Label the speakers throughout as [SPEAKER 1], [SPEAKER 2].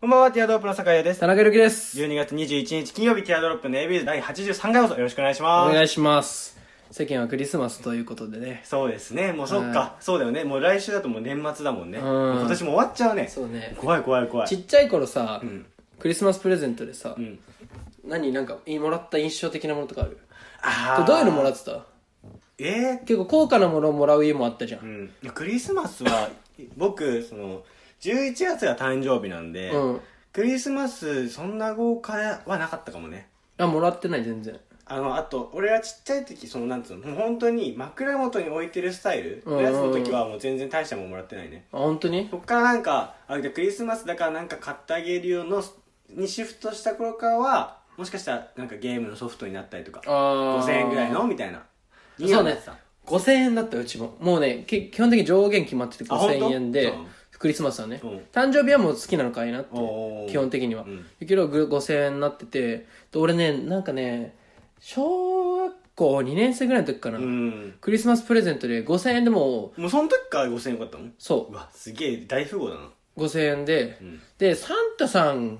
[SPEAKER 1] こんばんは、ティアドロップの酒屋です。
[SPEAKER 2] 田中裕樹です。
[SPEAKER 1] 12月21日金曜日、ティアドロップの AB 第83回放送よろしくお願いし
[SPEAKER 2] お
[SPEAKER 1] ます。
[SPEAKER 2] 願いします。世間はクリスマスということでね。
[SPEAKER 1] そうですね、もうそっか
[SPEAKER 2] は、
[SPEAKER 1] そうだよね、もう来週だともう年末だもんね。
[SPEAKER 2] うん
[SPEAKER 1] もう今年も終わっちゃうね。
[SPEAKER 2] そうね。
[SPEAKER 1] 怖い怖い怖い。
[SPEAKER 2] ちっちゃい頃さ、
[SPEAKER 1] ん
[SPEAKER 2] クリスマスプレゼントでさ、
[SPEAKER 1] ん
[SPEAKER 2] 何なんかもらった印象的なものとかある
[SPEAKER 1] あー
[SPEAKER 2] どういうのもらってた
[SPEAKER 1] え
[SPEAKER 2] 結構高価なものをもらう家もあったじゃ。
[SPEAKER 1] ーうんん。いやクリスマスは、僕、その、11月が誕生日なんで、
[SPEAKER 2] うん。
[SPEAKER 1] クリスマス、そんな豪華はなかったかもね。
[SPEAKER 2] あ、もらってない全然。
[SPEAKER 1] あの、あと、俺はちっちゃい時、その、なんつうの、もう本当に枕元に置いてるスタイルのやつの時は、もう全然大したもんもらってないね。
[SPEAKER 2] あ、本当に
[SPEAKER 1] そっからなんかあでクリスマスだからなんか買ってあげるよのにシフトした頃からはもしかしたらなんかゲームのソフトになったりとか
[SPEAKER 2] あー
[SPEAKER 1] 5000円ぐらいのみたいなに
[SPEAKER 2] そ
[SPEAKER 1] は
[SPEAKER 2] う
[SPEAKER 1] なっ
[SPEAKER 2] ね
[SPEAKER 1] てた。
[SPEAKER 2] 5000円だったうちも。もうね、け基本的に上限決まってて
[SPEAKER 1] あ本当
[SPEAKER 2] 5000円で
[SPEAKER 1] そう、
[SPEAKER 2] クリスマスはね、
[SPEAKER 1] うん
[SPEAKER 2] 誕生日はもう好きなの買いなって
[SPEAKER 1] おー、
[SPEAKER 2] 基本的には。
[SPEAKER 1] うん
[SPEAKER 2] だけどぐ5000円になってて、で俺ね、なんかね、小学校2年生ぐらいの時かな、
[SPEAKER 1] うん
[SPEAKER 2] クリスマスプレゼントで5000円でもう、
[SPEAKER 1] もうその時から5000円よかったもん
[SPEAKER 2] そう
[SPEAKER 1] わすげえ大富豪だな
[SPEAKER 2] う、5000円で、
[SPEAKER 1] うん
[SPEAKER 2] で、サンタさん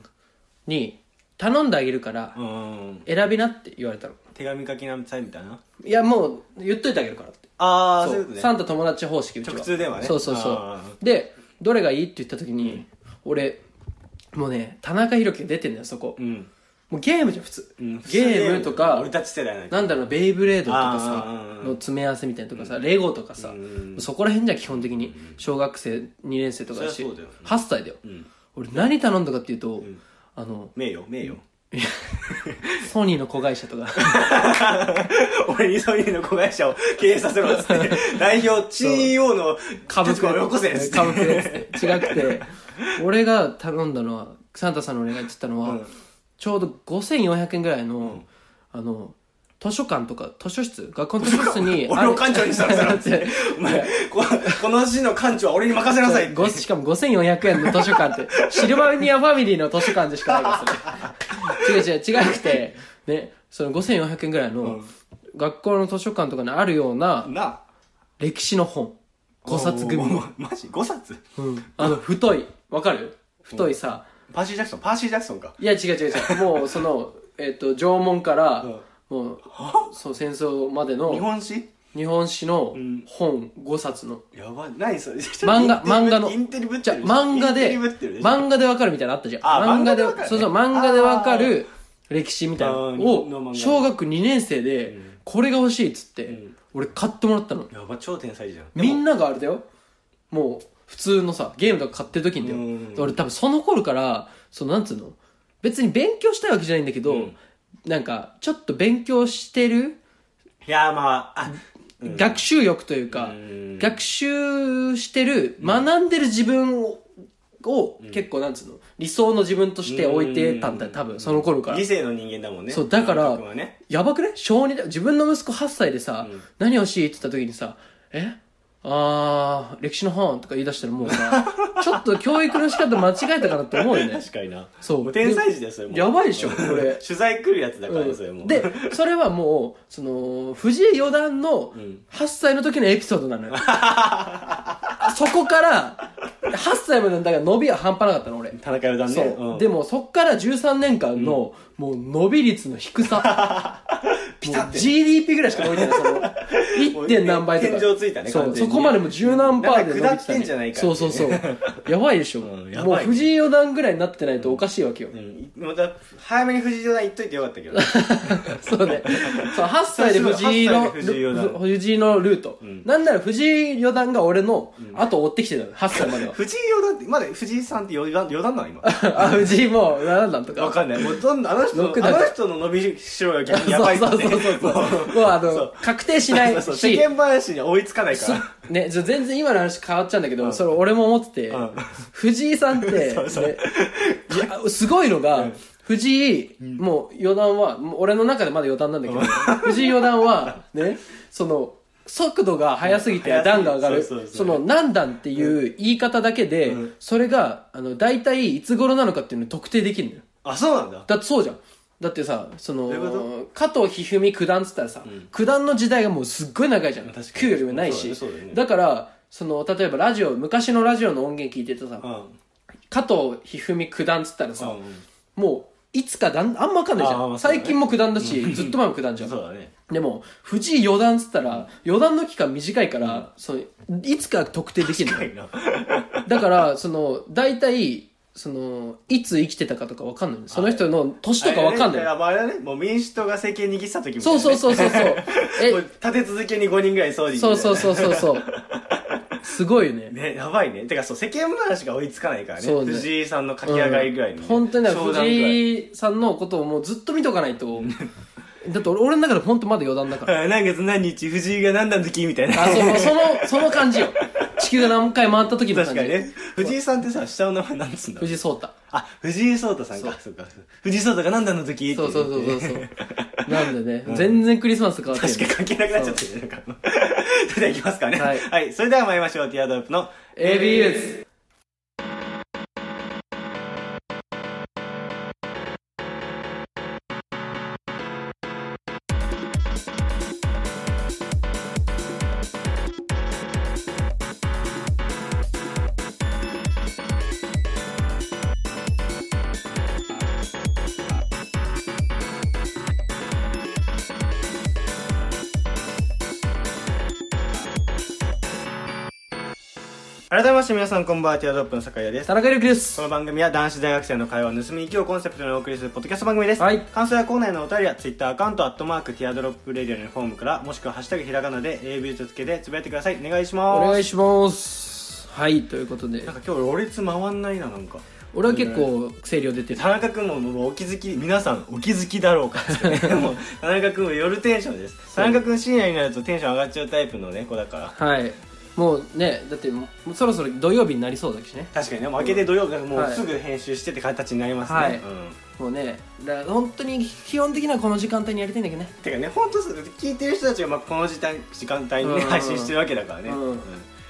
[SPEAKER 2] に頼んであげるから、
[SPEAKER 1] うん
[SPEAKER 2] 選びなって言われたの。
[SPEAKER 1] 手紙書きなさいみたいない
[SPEAKER 2] や、もう、言っといてあげるからって。
[SPEAKER 1] ああそう
[SPEAKER 2] そ
[SPEAKER 1] いううことね
[SPEAKER 2] サンタ友達方式うちは
[SPEAKER 1] 直通電話ね
[SPEAKER 2] そうそうそ
[SPEAKER 1] あ
[SPEAKER 2] うでどれがいいって言った時に、俺もうね田中裕樹が出てんだよそこ、
[SPEAKER 1] うん、
[SPEAKER 2] もうゲームじゃん普通、
[SPEAKER 1] うん
[SPEAKER 2] ゲームとか
[SPEAKER 1] 俺たち世代なんだ
[SPEAKER 2] なんだろうベイブレードとか
[SPEAKER 1] あ
[SPEAKER 2] さ
[SPEAKER 1] ー
[SPEAKER 2] の詰め合わせみたいなのとかさ、レゴとかさ、
[SPEAKER 1] うん
[SPEAKER 2] そこら辺じゃん基本的に小学生2年生とかだし
[SPEAKER 1] そりゃそうだよ
[SPEAKER 2] 8歳だよ、
[SPEAKER 1] ん
[SPEAKER 2] 俺何頼んだかっていうと、あの
[SPEAKER 1] 名誉名誉
[SPEAKER 2] ソニーの子会社とか
[SPEAKER 1] 俺にソニーの子会社を経営させろっつ って代表 CEO の
[SPEAKER 2] 株
[SPEAKER 1] 立子をよこせっつって
[SPEAKER 2] 株くれっつって違くて俺が頼んだのはサンタさんのお願いって言ったのは、
[SPEAKER 1] うん
[SPEAKER 2] ちょうど5400円ぐらいの、あの図書館とか図書室学校の図書室に
[SPEAKER 1] 俺を館長にしたらさお
[SPEAKER 2] い
[SPEAKER 1] 前
[SPEAKER 2] や
[SPEAKER 1] ここの市の館長は俺に任せなさいって
[SPEAKER 2] ごしかも5400円の図書館って、シルバニアファミリーの図書館でしかないから、それ。違う違う、違くて、ね、その5400円ぐらいの、学校の図書館とかにあるような
[SPEAKER 1] なあ
[SPEAKER 2] 歴史の本。5冊組
[SPEAKER 1] お
[SPEAKER 2] の。
[SPEAKER 1] ーマジ5冊
[SPEAKER 2] うん。あの、太い。わかる太いさ。
[SPEAKER 1] パーシー・ジャクソンパーシー・ジャクソンか
[SPEAKER 2] いや、違う違う違う。もう、その、えっと、縄文から
[SPEAKER 1] ん、
[SPEAKER 2] もう、そう、戦争まで
[SPEAKER 1] 日
[SPEAKER 2] の、
[SPEAKER 1] 本史
[SPEAKER 2] 日本史の
[SPEAKER 1] ん
[SPEAKER 2] 本5冊の。
[SPEAKER 1] やばい何それ
[SPEAKER 2] 漫画、漫画の。
[SPEAKER 1] インテリぶっ
[SPEAKER 2] じ
[SPEAKER 1] て
[SPEAKER 2] ゃあ
[SPEAKER 1] る
[SPEAKER 2] 漫画
[SPEAKER 1] イ
[SPEAKER 2] で、
[SPEAKER 1] ンテリぶってるでしょ
[SPEAKER 2] 漫画でわかるみたいなのあったじゃん。
[SPEAKER 1] あ
[SPEAKER 2] 漫画で
[SPEAKER 1] 漫画でわかるね、
[SPEAKER 2] そうそう、漫画でわかる歴史みたいなの
[SPEAKER 1] あーの漫画
[SPEAKER 2] を、
[SPEAKER 1] ね
[SPEAKER 2] 小学2年生で、これが欲しいっつって、俺買ってもらったの。
[SPEAKER 1] やば超天才じゃん
[SPEAKER 2] みんながあれだよ。もう、普通のさ、ゲームとか買ってる時にだ
[SPEAKER 1] うん
[SPEAKER 2] よ。俺多分その頃から、そのなんつうの別に勉強したいわけじゃないんだけど、
[SPEAKER 1] うん
[SPEAKER 2] なんか、ちょっと勉強してる、
[SPEAKER 1] いやまああうん
[SPEAKER 2] 学習欲というか、
[SPEAKER 1] うん
[SPEAKER 2] 学習してる、学んでる自分を、を結構なんつうの理想の自分として置いてたんだよ、多分、その頃から
[SPEAKER 1] 理。性の人間だもんね
[SPEAKER 2] そう、だか
[SPEAKER 1] 監
[SPEAKER 2] ら
[SPEAKER 1] 督はね、
[SPEAKER 2] やばくね小二だ自分の息子8歳でさ、何欲しいって言った時にさ、えあー、歴史の本とか言い出したらもうさ、ちょっと教育の仕方間違えたかなって思うよね。
[SPEAKER 1] 確かにな
[SPEAKER 2] そう
[SPEAKER 1] も天才児だよそれも
[SPEAKER 2] やばいでしょ、これ。
[SPEAKER 1] 取材来るやつだからねそれ
[SPEAKER 2] う
[SPEAKER 1] も
[SPEAKER 2] ん、でそれはもうその藤井四段の8歳の時のエピソードなのよ、そこから8歳までのだから伸びは半端なかったの俺
[SPEAKER 1] 田中四段ね
[SPEAKER 2] そう、
[SPEAKER 1] ん
[SPEAKER 2] でもそっから13年間の、もう伸び率の低さ
[SPEAKER 1] ピタッて
[SPEAKER 2] もう GDP ぐらいしか伸びてな いその 1. 点何倍とか
[SPEAKER 1] 天井ついたね
[SPEAKER 2] そ
[SPEAKER 1] 完
[SPEAKER 2] う
[SPEAKER 1] 全
[SPEAKER 2] そ
[SPEAKER 1] に
[SPEAKER 2] こまでもう十何パーで伸び
[SPEAKER 1] なん
[SPEAKER 2] て、
[SPEAKER 1] か下ったてんじゃない
[SPEAKER 2] ね、
[SPEAKER 1] か
[SPEAKER 2] そうそうそうやばいでしょ、
[SPEAKER 1] うんやばいね
[SPEAKER 2] もう藤井四段ぐらいになってないとおかしいわけよ、
[SPEAKER 1] うんまた早めに藤井四段言っといてよかったけど
[SPEAKER 2] そうね。そう、8歳で藤井
[SPEAKER 1] 8
[SPEAKER 2] の、
[SPEAKER 1] 歳で藤井四段。
[SPEAKER 2] ル藤井のルート。なんなら藤井四段が俺の後を追ってきてたの、8歳ま では
[SPEAKER 1] 藤井四段ってまだ藤井さんって四段四段なの今
[SPEAKER 2] あ、藤井もう、なんなんと
[SPEAKER 1] わ
[SPEAKER 2] か。
[SPEAKER 1] かんないもうどんどんあの人の
[SPEAKER 2] ロックダウン
[SPEAKER 1] あの人の伸びしろが逆にや
[SPEAKER 2] そ
[SPEAKER 1] ば
[SPEAKER 2] う
[SPEAKER 1] いって
[SPEAKER 2] そ
[SPEAKER 1] ね
[SPEAKER 2] うそうそうそう。もう あ
[SPEAKER 1] そ
[SPEAKER 2] の
[SPEAKER 1] う、
[SPEAKER 2] 確定しな
[SPEAKER 1] そう
[SPEAKER 2] い
[SPEAKER 1] そう
[SPEAKER 2] し
[SPEAKER 1] 世、間話には追いつかないから
[SPEAKER 2] ね、じゃあ全然今の話変わっちゃうんだけど、それ俺も思ってて
[SPEAKER 1] ん、
[SPEAKER 2] 藤井さんって、ね
[SPEAKER 1] そうそう
[SPEAKER 2] いやすごいのが、藤井、もう四段は、もう俺の中でまだ四段なんだけど、藤井四 段は、ね、その、速度が速すぎて
[SPEAKER 1] うん
[SPEAKER 2] 段が上がる。
[SPEAKER 1] そうそうそう
[SPEAKER 2] その、何段っていう言い方だけで、それが、あの、大体いつ頃なのかっていうのを特定できるのよ。
[SPEAKER 1] あそうなんだ
[SPEAKER 2] だってそうじゃん。だってさ、そ
[SPEAKER 1] ど
[SPEAKER 2] の
[SPEAKER 1] ういうこ、
[SPEAKER 2] 加藤一二三九段っつったらさ、九段の時代がもうすっごい長いじゃん。
[SPEAKER 1] 確かに
[SPEAKER 2] 九よりもないし。
[SPEAKER 1] そうだよねそうだよね
[SPEAKER 2] から、その、例えばラジオ、昔のラジオの音源聞いててさ、
[SPEAKER 1] うん
[SPEAKER 2] 加藤一二三九段っつったらさ、
[SPEAKER 1] う
[SPEAKER 2] もう、いつか段、あんまわかんないじゃん。
[SPEAKER 1] あーまあそうだね
[SPEAKER 2] 最近も九段だし、ずっと前も九段じゃ
[SPEAKER 1] ん
[SPEAKER 2] ん。
[SPEAKER 1] そうだね
[SPEAKER 2] でも、藤井四段っつったら、四段の期間短いから、そのいつか特定できるの
[SPEAKER 1] 近
[SPEAKER 2] よ
[SPEAKER 1] いな
[SPEAKER 2] だから、その、大体、その、いつ生きてたかとかわかんないの。その人の年とかわかんないの。
[SPEAKER 1] あまああれだねもう民主党が政権握ってた時みたいなね
[SPEAKER 2] そうそ うそうそうそう。
[SPEAKER 1] もう
[SPEAKER 2] え、
[SPEAKER 1] 立て続けに5人ぐらい総理
[SPEAKER 2] そうそう
[SPEAKER 1] う
[SPEAKER 2] そうそうそう。すごいよね。
[SPEAKER 1] ねやばいねてかそう世間話が追いつかないからね
[SPEAKER 2] そうね
[SPEAKER 1] 藤井さんの駆け上がりぐらいの、ね
[SPEAKER 2] 本当にだから
[SPEAKER 1] 商談ぐらい
[SPEAKER 2] 藤井さんのことをもうずっと見とかないと。だって俺俺の中で本当まだ余談だから。
[SPEAKER 1] あ 何月何日藤井が何段の時みたいな
[SPEAKER 2] あ、そう、その、その感じよ。地球が何回回った時の感
[SPEAKER 1] 確
[SPEAKER 2] じ。
[SPEAKER 1] かにね 藤井さんってさ下の名前なんつうんだろう
[SPEAKER 2] 藤井聡太。
[SPEAKER 1] あ藤井聡太さんかそうか藤井聡太が何段の時
[SPEAKER 2] そうそうそうそう
[SPEAKER 1] って
[SPEAKER 2] そ
[SPEAKER 1] 言って
[SPEAKER 2] う。なんでね、全然クリスマスと変わってる
[SPEAKER 1] 確かに関係なくなっちゃってるなんか それではいきますかね
[SPEAKER 2] はい
[SPEAKER 1] はい、それでは参りましょうティアドロップの
[SPEAKER 2] AB ユース
[SPEAKER 1] 改めまして皆さんこんばんはティアドロップの酒屋です
[SPEAKER 2] 田中裕樹で
[SPEAKER 1] こ
[SPEAKER 2] す。
[SPEAKER 1] の番組は男子大学生の会話を盗みに行きをコンセプトにお送りするポッドキャスト番組です、
[SPEAKER 2] はい
[SPEAKER 1] 感想やコーナーへのお便りは Twitter アカウント「アットマークティアドロップレディオ」のフォームからもしくは「ハッシュタグひらがな」で AB とつけてつぶやいてくださいお願いし
[SPEAKER 2] お
[SPEAKER 1] ます
[SPEAKER 2] 願いします。はい、ということで
[SPEAKER 1] なん、か今日ロレツ回んないななんか
[SPEAKER 2] 俺は結構声量出てた。
[SPEAKER 1] 田中君ももうお気づき皆さんお気づきだろうかっつって ねもう田中君も夜テンションです田中君深夜になるとテンション上がっちゃうタイプの猫だから
[SPEAKER 2] はい。もうね、だってもうそろそろ土曜日になりそうだしね。
[SPEAKER 1] 確かにねもう明けて土曜日だからも
[SPEAKER 2] は
[SPEAKER 1] う
[SPEAKER 2] い
[SPEAKER 1] すぐ編集してって形になりますね、
[SPEAKER 2] はい
[SPEAKER 1] うん
[SPEAKER 2] もうね、だから本当に基本的にはこの時間帯にやりたいんだけどね。
[SPEAKER 1] てかね本当そう聞いてる人たちがまあこの時間時間帯に
[SPEAKER 2] うん
[SPEAKER 1] ね配信してるわけだからね、
[SPEAKER 2] うん
[SPEAKER 1] うん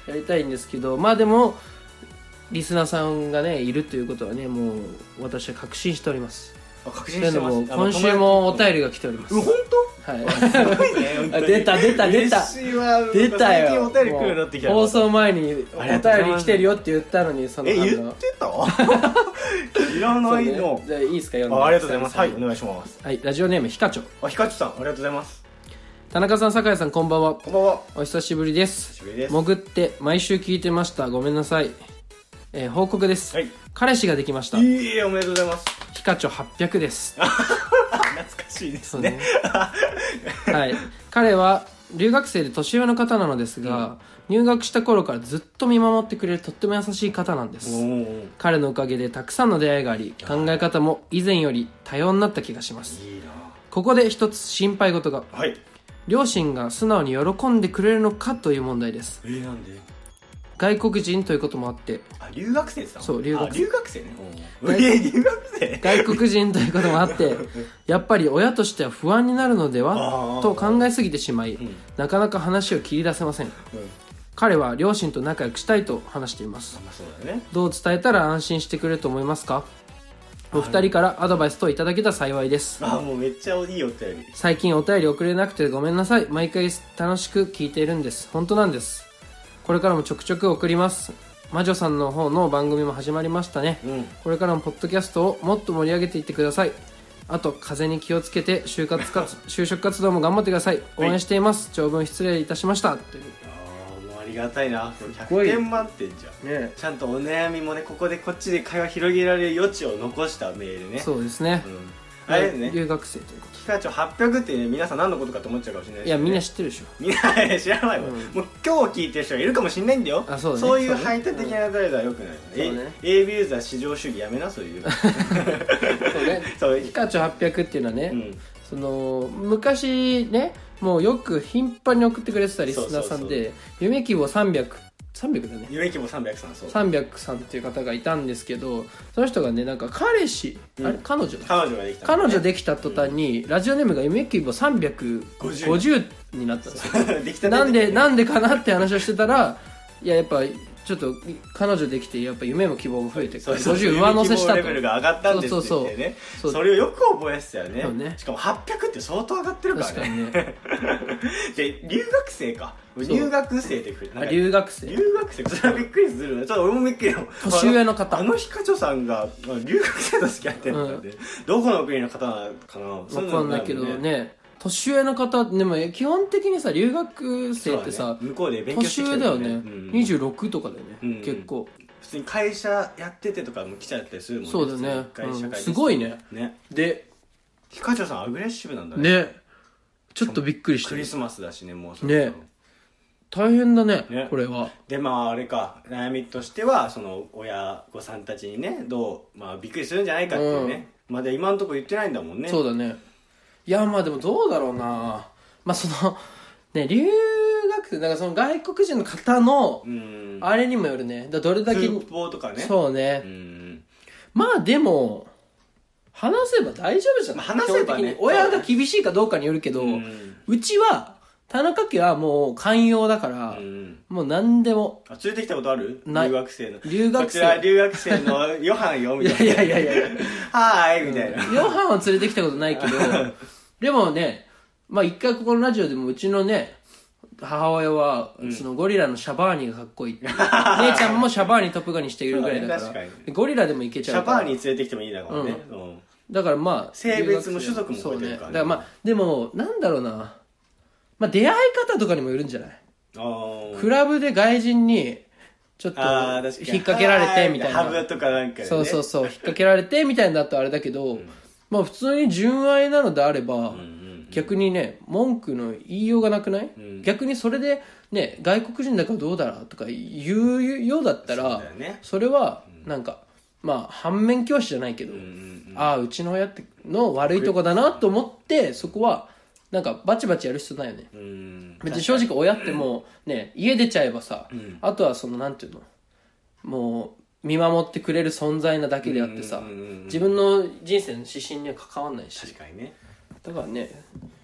[SPEAKER 2] やりたいんですけど、まあでも、リスナーさんがね、いるということはね、もう私は確信しております。
[SPEAKER 1] あ確
[SPEAKER 2] と
[SPEAKER 1] 信
[SPEAKER 2] い
[SPEAKER 1] し
[SPEAKER 2] う
[SPEAKER 1] て
[SPEAKER 2] の
[SPEAKER 1] ます
[SPEAKER 2] も、今週もお便りが来ております。
[SPEAKER 1] う
[SPEAKER 2] は
[SPEAKER 1] ん本
[SPEAKER 2] い。
[SPEAKER 1] 当す ごいね本当に
[SPEAKER 2] あ出た出た出た
[SPEAKER 1] 嬉しいわ
[SPEAKER 2] 出たよ
[SPEAKER 1] なんか最近お便り来るようになってきた
[SPEAKER 2] もう放送前にお
[SPEAKER 1] ありが
[SPEAKER 2] 便
[SPEAKER 1] とうござい
[SPEAKER 2] り
[SPEAKER 1] ます
[SPEAKER 2] 来てるよって言ったのにその
[SPEAKER 1] え
[SPEAKER 2] 反応
[SPEAKER 1] 言ってた いら
[SPEAKER 2] そ
[SPEAKER 1] な
[SPEAKER 2] う
[SPEAKER 1] い
[SPEAKER 2] ね
[SPEAKER 1] の、
[SPEAKER 2] じゃあいいですか読んで
[SPEAKER 1] あありがとうございますはい
[SPEAKER 2] は
[SPEAKER 1] お願いします
[SPEAKER 2] い、ラジオネームひかちょ
[SPEAKER 1] あひかちさんありがとうございます
[SPEAKER 2] 田中さん酒井さんこんばんは
[SPEAKER 1] こんばんは
[SPEAKER 2] お久しぶりです
[SPEAKER 1] 久しぶりです
[SPEAKER 2] 潜って毎週聞いてましたごめんなさい、えー報告です、
[SPEAKER 1] はい
[SPEAKER 2] 彼氏ができました
[SPEAKER 1] いいえおめでとうございます
[SPEAKER 2] ひかちょ800です
[SPEAKER 1] あ懐かしいですね
[SPEAKER 2] はい彼は留学生で年上の方なのですが、入学した頃からずっと見守ってくれるとっても優しい方なんです
[SPEAKER 1] お
[SPEAKER 2] 彼のおかげでたくさんの出会いがあり考え方も以前より多様になった気がします
[SPEAKER 1] いいな
[SPEAKER 2] ここで一つ心配事が
[SPEAKER 1] はい
[SPEAKER 2] 両親が素直に喜んでくれるのかという問題です
[SPEAKER 1] えー、なんで
[SPEAKER 2] 外国人ということもあって
[SPEAKER 1] あ留学生さん
[SPEAKER 2] そう留学生
[SPEAKER 1] あ留学生ねえ
[SPEAKER 2] はい
[SPEAKER 1] ー、留学生
[SPEAKER 2] 外国人ということも あってやっぱり親としては不安になるのでは
[SPEAKER 1] あー
[SPEAKER 2] と考えすぎてしまい
[SPEAKER 1] ん
[SPEAKER 2] なかなか話を切り出せません
[SPEAKER 1] うん
[SPEAKER 2] 彼は両親と仲良くしたいと話しています
[SPEAKER 1] まあそうだよね
[SPEAKER 2] どう伝えたら安心してくれると思いますかお二人からアドバイスといただけたら幸いです
[SPEAKER 1] あもうめっちゃいいお便り
[SPEAKER 2] 最近お便り送れなくてごめんなさい毎回楽しく聞いているんです本当なんですこれからもちょくちょく送ります魔女さんの方の番組も始まりましたね、
[SPEAKER 1] うん
[SPEAKER 2] これからもポッドキャストをもっと盛り上げていってくださいあと風邪に気をつけて就 活活就職活動も頑張ってください応援しています、長文失礼いたしましたという
[SPEAKER 1] ああもうありがたいな
[SPEAKER 2] ご
[SPEAKER 1] 100
[SPEAKER 2] い
[SPEAKER 1] 点満点じゃん
[SPEAKER 2] ね
[SPEAKER 1] ちゃんとお悩みもねここでこっちで会話広げられる余地を残したメールね
[SPEAKER 2] そうですね
[SPEAKER 1] う、んあれですね
[SPEAKER 2] 留学生というこ
[SPEAKER 1] 機械長800ってね皆さん何のことかと思っちゃうかもしれない
[SPEAKER 2] と
[SPEAKER 1] し
[SPEAKER 2] いやみんな知ってるでしょ
[SPEAKER 1] みんな知らないわ、
[SPEAKER 2] うん
[SPEAKER 1] もう今日聞いてる人がいるかもしれないんだよ
[SPEAKER 2] あそうだね
[SPEAKER 1] いう排他的な態度はよくない、
[SPEAKER 2] そう
[SPEAKER 1] え
[SPEAKER 2] ね
[SPEAKER 1] AB ユーザー至上主義やめなそう いう
[SPEAKER 2] そうね
[SPEAKER 1] そう
[SPEAKER 2] ピカチュウ800っていうのはね、
[SPEAKER 1] うん
[SPEAKER 2] その昔ねもうよく頻繁に送ってくれてたリスナーさんで夢希望300300だね
[SPEAKER 1] 夢希望300さんそう
[SPEAKER 2] 300さんっていう方がいたんですけどその人がねなんか彼氏、
[SPEAKER 1] うん
[SPEAKER 2] あれ彼女だ
[SPEAKER 1] 彼女ができた
[SPEAKER 2] 彼
[SPEAKER 1] のね、
[SPEAKER 2] 女できた途端に、ラジオネームが夢希望350になったんです よ
[SPEAKER 1] できた
[SPEAKER 2] なんで
[SPEAKER 1] ん
[SPEAKER 2] なんでかなって話をしてたらいややっぱちょっと彼女できてやっぱ夢も希望も増えて
[SPEAKER 1] そうそう
[SPEAKER 2] 50上乗せしたと
[SPEAKER 1] レベルが上がったんです
[SPEAKER 2] そう
[SPEAKER 1] って
[SPEAKER 2] そう
[SPEAKER 1] 言って
[SPEAKER 2] そう
[SPEAKER 1] ね
[SPEAKER 2] そう
[SPEAKER 1] それをよく覚えてたよ
[SPEAKER 2] そう
[SPEAKER 1] ね
[SPEAKER 2] ね
[SPEAKER 1] しかも800って相当上がってるから
[SPEAKER 2] 確か
[SPEAKER 1] ね
[SPEAKER 2] にね
[SPEAKER 1] で留学生か留学生ってくれ
[SPEAKER 2] あ留学生
[SPEAKER 1] 留学生それはびっくりするねちょっと俺もびっくりよ
[SPEAKER 2] 年上の方
[SPEAKER 1] あのあのヒカチョさんがまあ留学生と付き合ってるのかって、どこの国の方なのかなわ
[SPEAKER 2] わかんないけどね年上の方でも基本的にさ留学生ってさ、
[SPEAKER 1] 向こうで勉強して
[SPEAKER 2] 年
[SPEAKER 1] きて
[SPEAKER 2] 上
[SPEAKER 1] る
[SPEAKER 2] だよね、
[SPEAKER 1] うん
[SPEAKER 2] 26とかだよね、
[SPEAKER 1] うん
[SPEAKER 2] 結構
[SPEAKER 1] 普通に会社やっててとかも来ちゃったりするもん
[SPEAKER 2] そうだね
[SPEAKER 1] 普通に会社
[SPEAKER 2] うん
[SPEAKER 1] 会
[SPEAKER 2] すごいね
[SPEAKER 1] ね
[SPEAKER 2] で
[SPEAKER 1] ヒカチョさんアグレッシブなんだね
[SPEAKER 2] ねちょっとびっくりして
[SPEAKER 1] ク
[SPEAKER 2] る
[SPEAKER 1] リスマスだしねもうそろそろ
[SPEAKER 2] ね大変だね
[SPEAKER 1] ね
[SPEAKER 2] これは
[SPEAKER 1] でまああれか悩みとしてはその親御さんたちにねどう、まあ、びっくりするんじゃないかっていうね、まだ今のところ言ってないんだもんね
[SPEAKER 2] そうだねいやまあでもどうだろうなまあそのね留学生なんかその外国人の方の
[SPEAKER 1] うん
[SPEAKER 2] あれにもよるねだどれだけ
[SPEAKER 1] 空港とかね
[SPEAKER 2] そうね、
[SPEAKER 1] うん
[SPEAKER 2] まあでも話せば大丈夫じゃない、
[SPEAKER 1] まあ話せばね
[SPEAKER 2] 基本的に親が厳しいかどうかによるけど、
[SPEAKER 1] う
[SPEAKER 2] うんちは田中家はもう寛容だから、
[SPEAKER 1] うん
[SPEAKER 2] もう何でも
[SPEAKER 1] あ連れてきたことある
[SPEAKER 2] ない
[SPEAKER 1] 留学生の
[SPEAKER 2] 留学生
[SPEAKER 1] こちら留学生のヨハンよ
[SPEAKER 2] い
[SPEAKER 1] み
[SPEAKER 2] や
[SPEAKER 1] た
[SPEAKER 2] い
[SPEAKER 1] いな
[SPEAKER 2] やいやいや
[SPEAKER 1] はーいみたいな、
[SPEAKER 2] ヨハンは連れてきたこ とないけどでもねまあ一回ここのラジオでもうちのね母親はそのゴリラのシャバーニがかっこいいって、 姉ちゃんもシャバーニトップガンにしているぐらいだか
[SPEAKER 1] そうだ
[SPEAKER 2] ら
[SPEAKER 1] ね確か
[SPEAKER 2] ゴリラでもいけち
[SPEAKER 1] シ
[SPEAKER 2] ゃ
[SPEAKER 1] ャ
[SPEAKER 2] うから
[SPEAKER 1] バーに連れてきてもいいだからね、うん
[SPEAKER 2] だからまあ
[SPEAKER 1] 性別も種族も
[SPEAKER 2] そ
[SPEAKER 1] 超え
[SPEAKER 2] う
[SPEAKER 1] て
[SPEAKER 2] ね
[SPEAKER 1] る
[SPEAKER 2] だ
[SPEAKER 1] からね
[SPEAKER 2] からまあでもなんだろうなまあ出会い方とかにもよるんじゃない
[SPEAKER 1] あー
[SPEAKER 2] クラブで外人にちょっと
[SPEAKER 1] あー確かに
[SPEAKER 2] 引っ掛けられてみたい
[SPEAKER 1] はーハ
[SPEAKER 2] な
[SPEAKER 1] ブとかなんかでね
[SPEAKER 2] そうそうそう引っ掛けられてみたいなだとあれだけどまあ普通に純愛なのであれば
[SPEAKER 1] うんうん
[SPEAKER 2] 逆にね文句の言いようがなくない
[SPEAKER 1] うん
[SPEAKER 2] 逆にそれでね外国人だからどうだらとか言うようだった
[SPEAKER 1] そう
[SPEAKER 2] ら
[SPEAKER 1] だよね
[SPEAKER 2] それはなんかまあ反面教師じゃないけど
[SPEAKER 1] うんうん
[SPEAKER 2] ああうちの親っての悪いとこだなと思ってそこはなんかバチバチやる必要ないよね
[SPEAKER 1] うん
[SPEAKER 2] 別に正直親ってもうね家出ちゃえばさ、
[SPEAKER 1] ん
[SPEAKER 2] あとはそのなんていうのもう見守ってくれる存在なだけであってさ、
[SPEAKER 1] うんうんうんうん
[SPEAKER 2] 自分の人生の指針には関わんないし
[SPEAKER 1] 確かにね
[SPEAKER 2] だからね、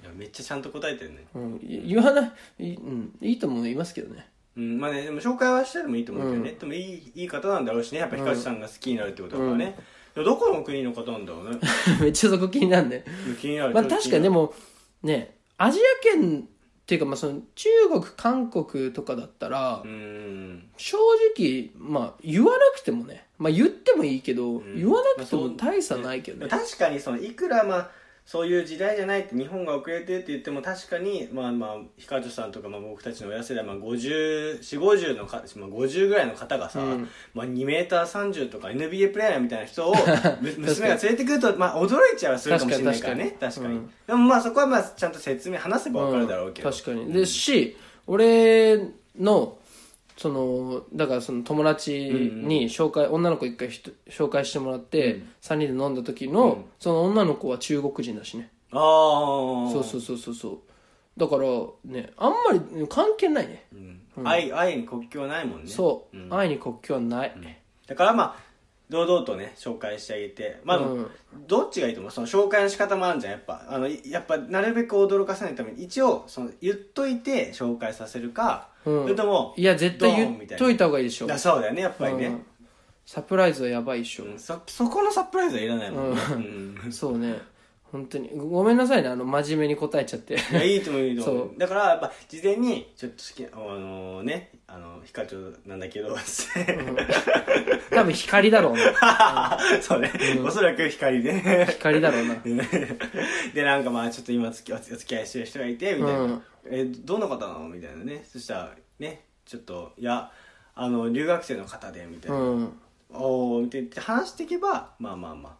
[SPEAKER 1] いやめっちゃちゃんと答えてるね
[SPEAKER 2] うん、い言わないい,、うん、いいとも言いますけどね
[SPEAKER 1] うんまあねでも紹介はしたでもいいと思うけどね、でもいいいい方なんだろうしねやっぱひかしさんが好きになるってことだからね、いやどこの国の方なんだろうね
[SPEAKER 2] めっちゃそこ気になるね
[SPEAKER 1] 気になる
[SPEAKER 2] まあ確かにで
[SPEAKER 1] も
[SPEAKER 2] もねアジア圏っていうかまあその中国韓国とかだったら、
[SPEAKER 1] うん
[SPEAKER 2] 正直、まあ、言わなくてもね、まあ、言ってもいいけど、言わなくても大差ないけどね、
[SPEAKER 1] 確かにそのいくらまあそういう時代じゃないって日本が遅れてるって言っても確かにまあまあひかさんとかまあ僕たちの親世代まあ504050のか、まあ、50ぐらいの方がさ、
[SPEAKER 2] うん
[SPEAKER 1] まあ、2メーター3 0とか NBA プレーヤーみたいな 人をむ娘が連れてくるとまあ驚いちゃうはするかもしれないからね確
[SPEAKER 2] 確
[SPEAKER 1] か
[SPEAKER 2] か
[SPEAKER 1] に
[SPEAKER 2] に
[SPEAKER 1] でもまあそこはまあちゃんと説明話せば分かるだろうけど、
[SPEAKER 2] うん確かに。ですし、俺の、その、だからその友達に紹介、女の子一回ひと紹介してもらって、3人で飲んだ時の、その女の子は中国人だしね。
[SPEAKER 1] ああ
[SPEAKER 2] そうそうそうそうそう。だからね、あんまりうん関係ないね。
[SPEAKER 1] うん愛愛に国境はないもんね
[SPEAKER 2] そう、愛に国境はない。
[SPEAKER 1] だからまあ堂々とね紹介してあげてまあ、
[SPEAKER 2] うん
[SPEAKER 1] どっちがいいと思うその紹介の仕方もあるじゃんやっぱあのいやっぱなるべく驚かせないために一応その言っといて紹介させるか、
[SPEAKER 2] うん
[SPEAKER 1] それとも
[SPEAKER 2] いや、絶対
[SPEAKER 1] ドーン
[SPEAKER 2] 言
[SPEAKER 1] み
[SPEAKER 2] った
[SPEAKER 1] いな
[SPEAKER 2] といた方がいいでしょ。
[SPEAKER 1] だそうだよねやっぱりね、
[SPEAKER 2] うんサプライズはやばいっしょ。
[SPEAKER 1] うんそそこのサプライズはいらないもんね、うん
[SPEAKER 2] そうね本当にごごめんなさいねあの真面目に答えちゃって
[SPEAKER 1] いやいいと思ういいと思
[SPEAKER 2] そう
[SPEAKER 1] だからやっぱ事前にちょっと好きあのねあのヒカチョなんだけど
[SPEAKER 2] 多分光だろうな
[SPEAKER 1] そうね、おそらく光ね
[SPEAKER 2] 光だろうな
[SPEAKER 1] でなんかまあちょっと今付きお付き合いしてる人がいてみたいな「
[SPEAKER 2] うん
[SPEAKER 1] えどんな方なの?」みたいなねそしたらねちょっと「いやあの留学生の方で」みたいうな「
[SPEAKER 2] ん
[SPEAKER 1] おお」みたいな話していけばまあまあまあ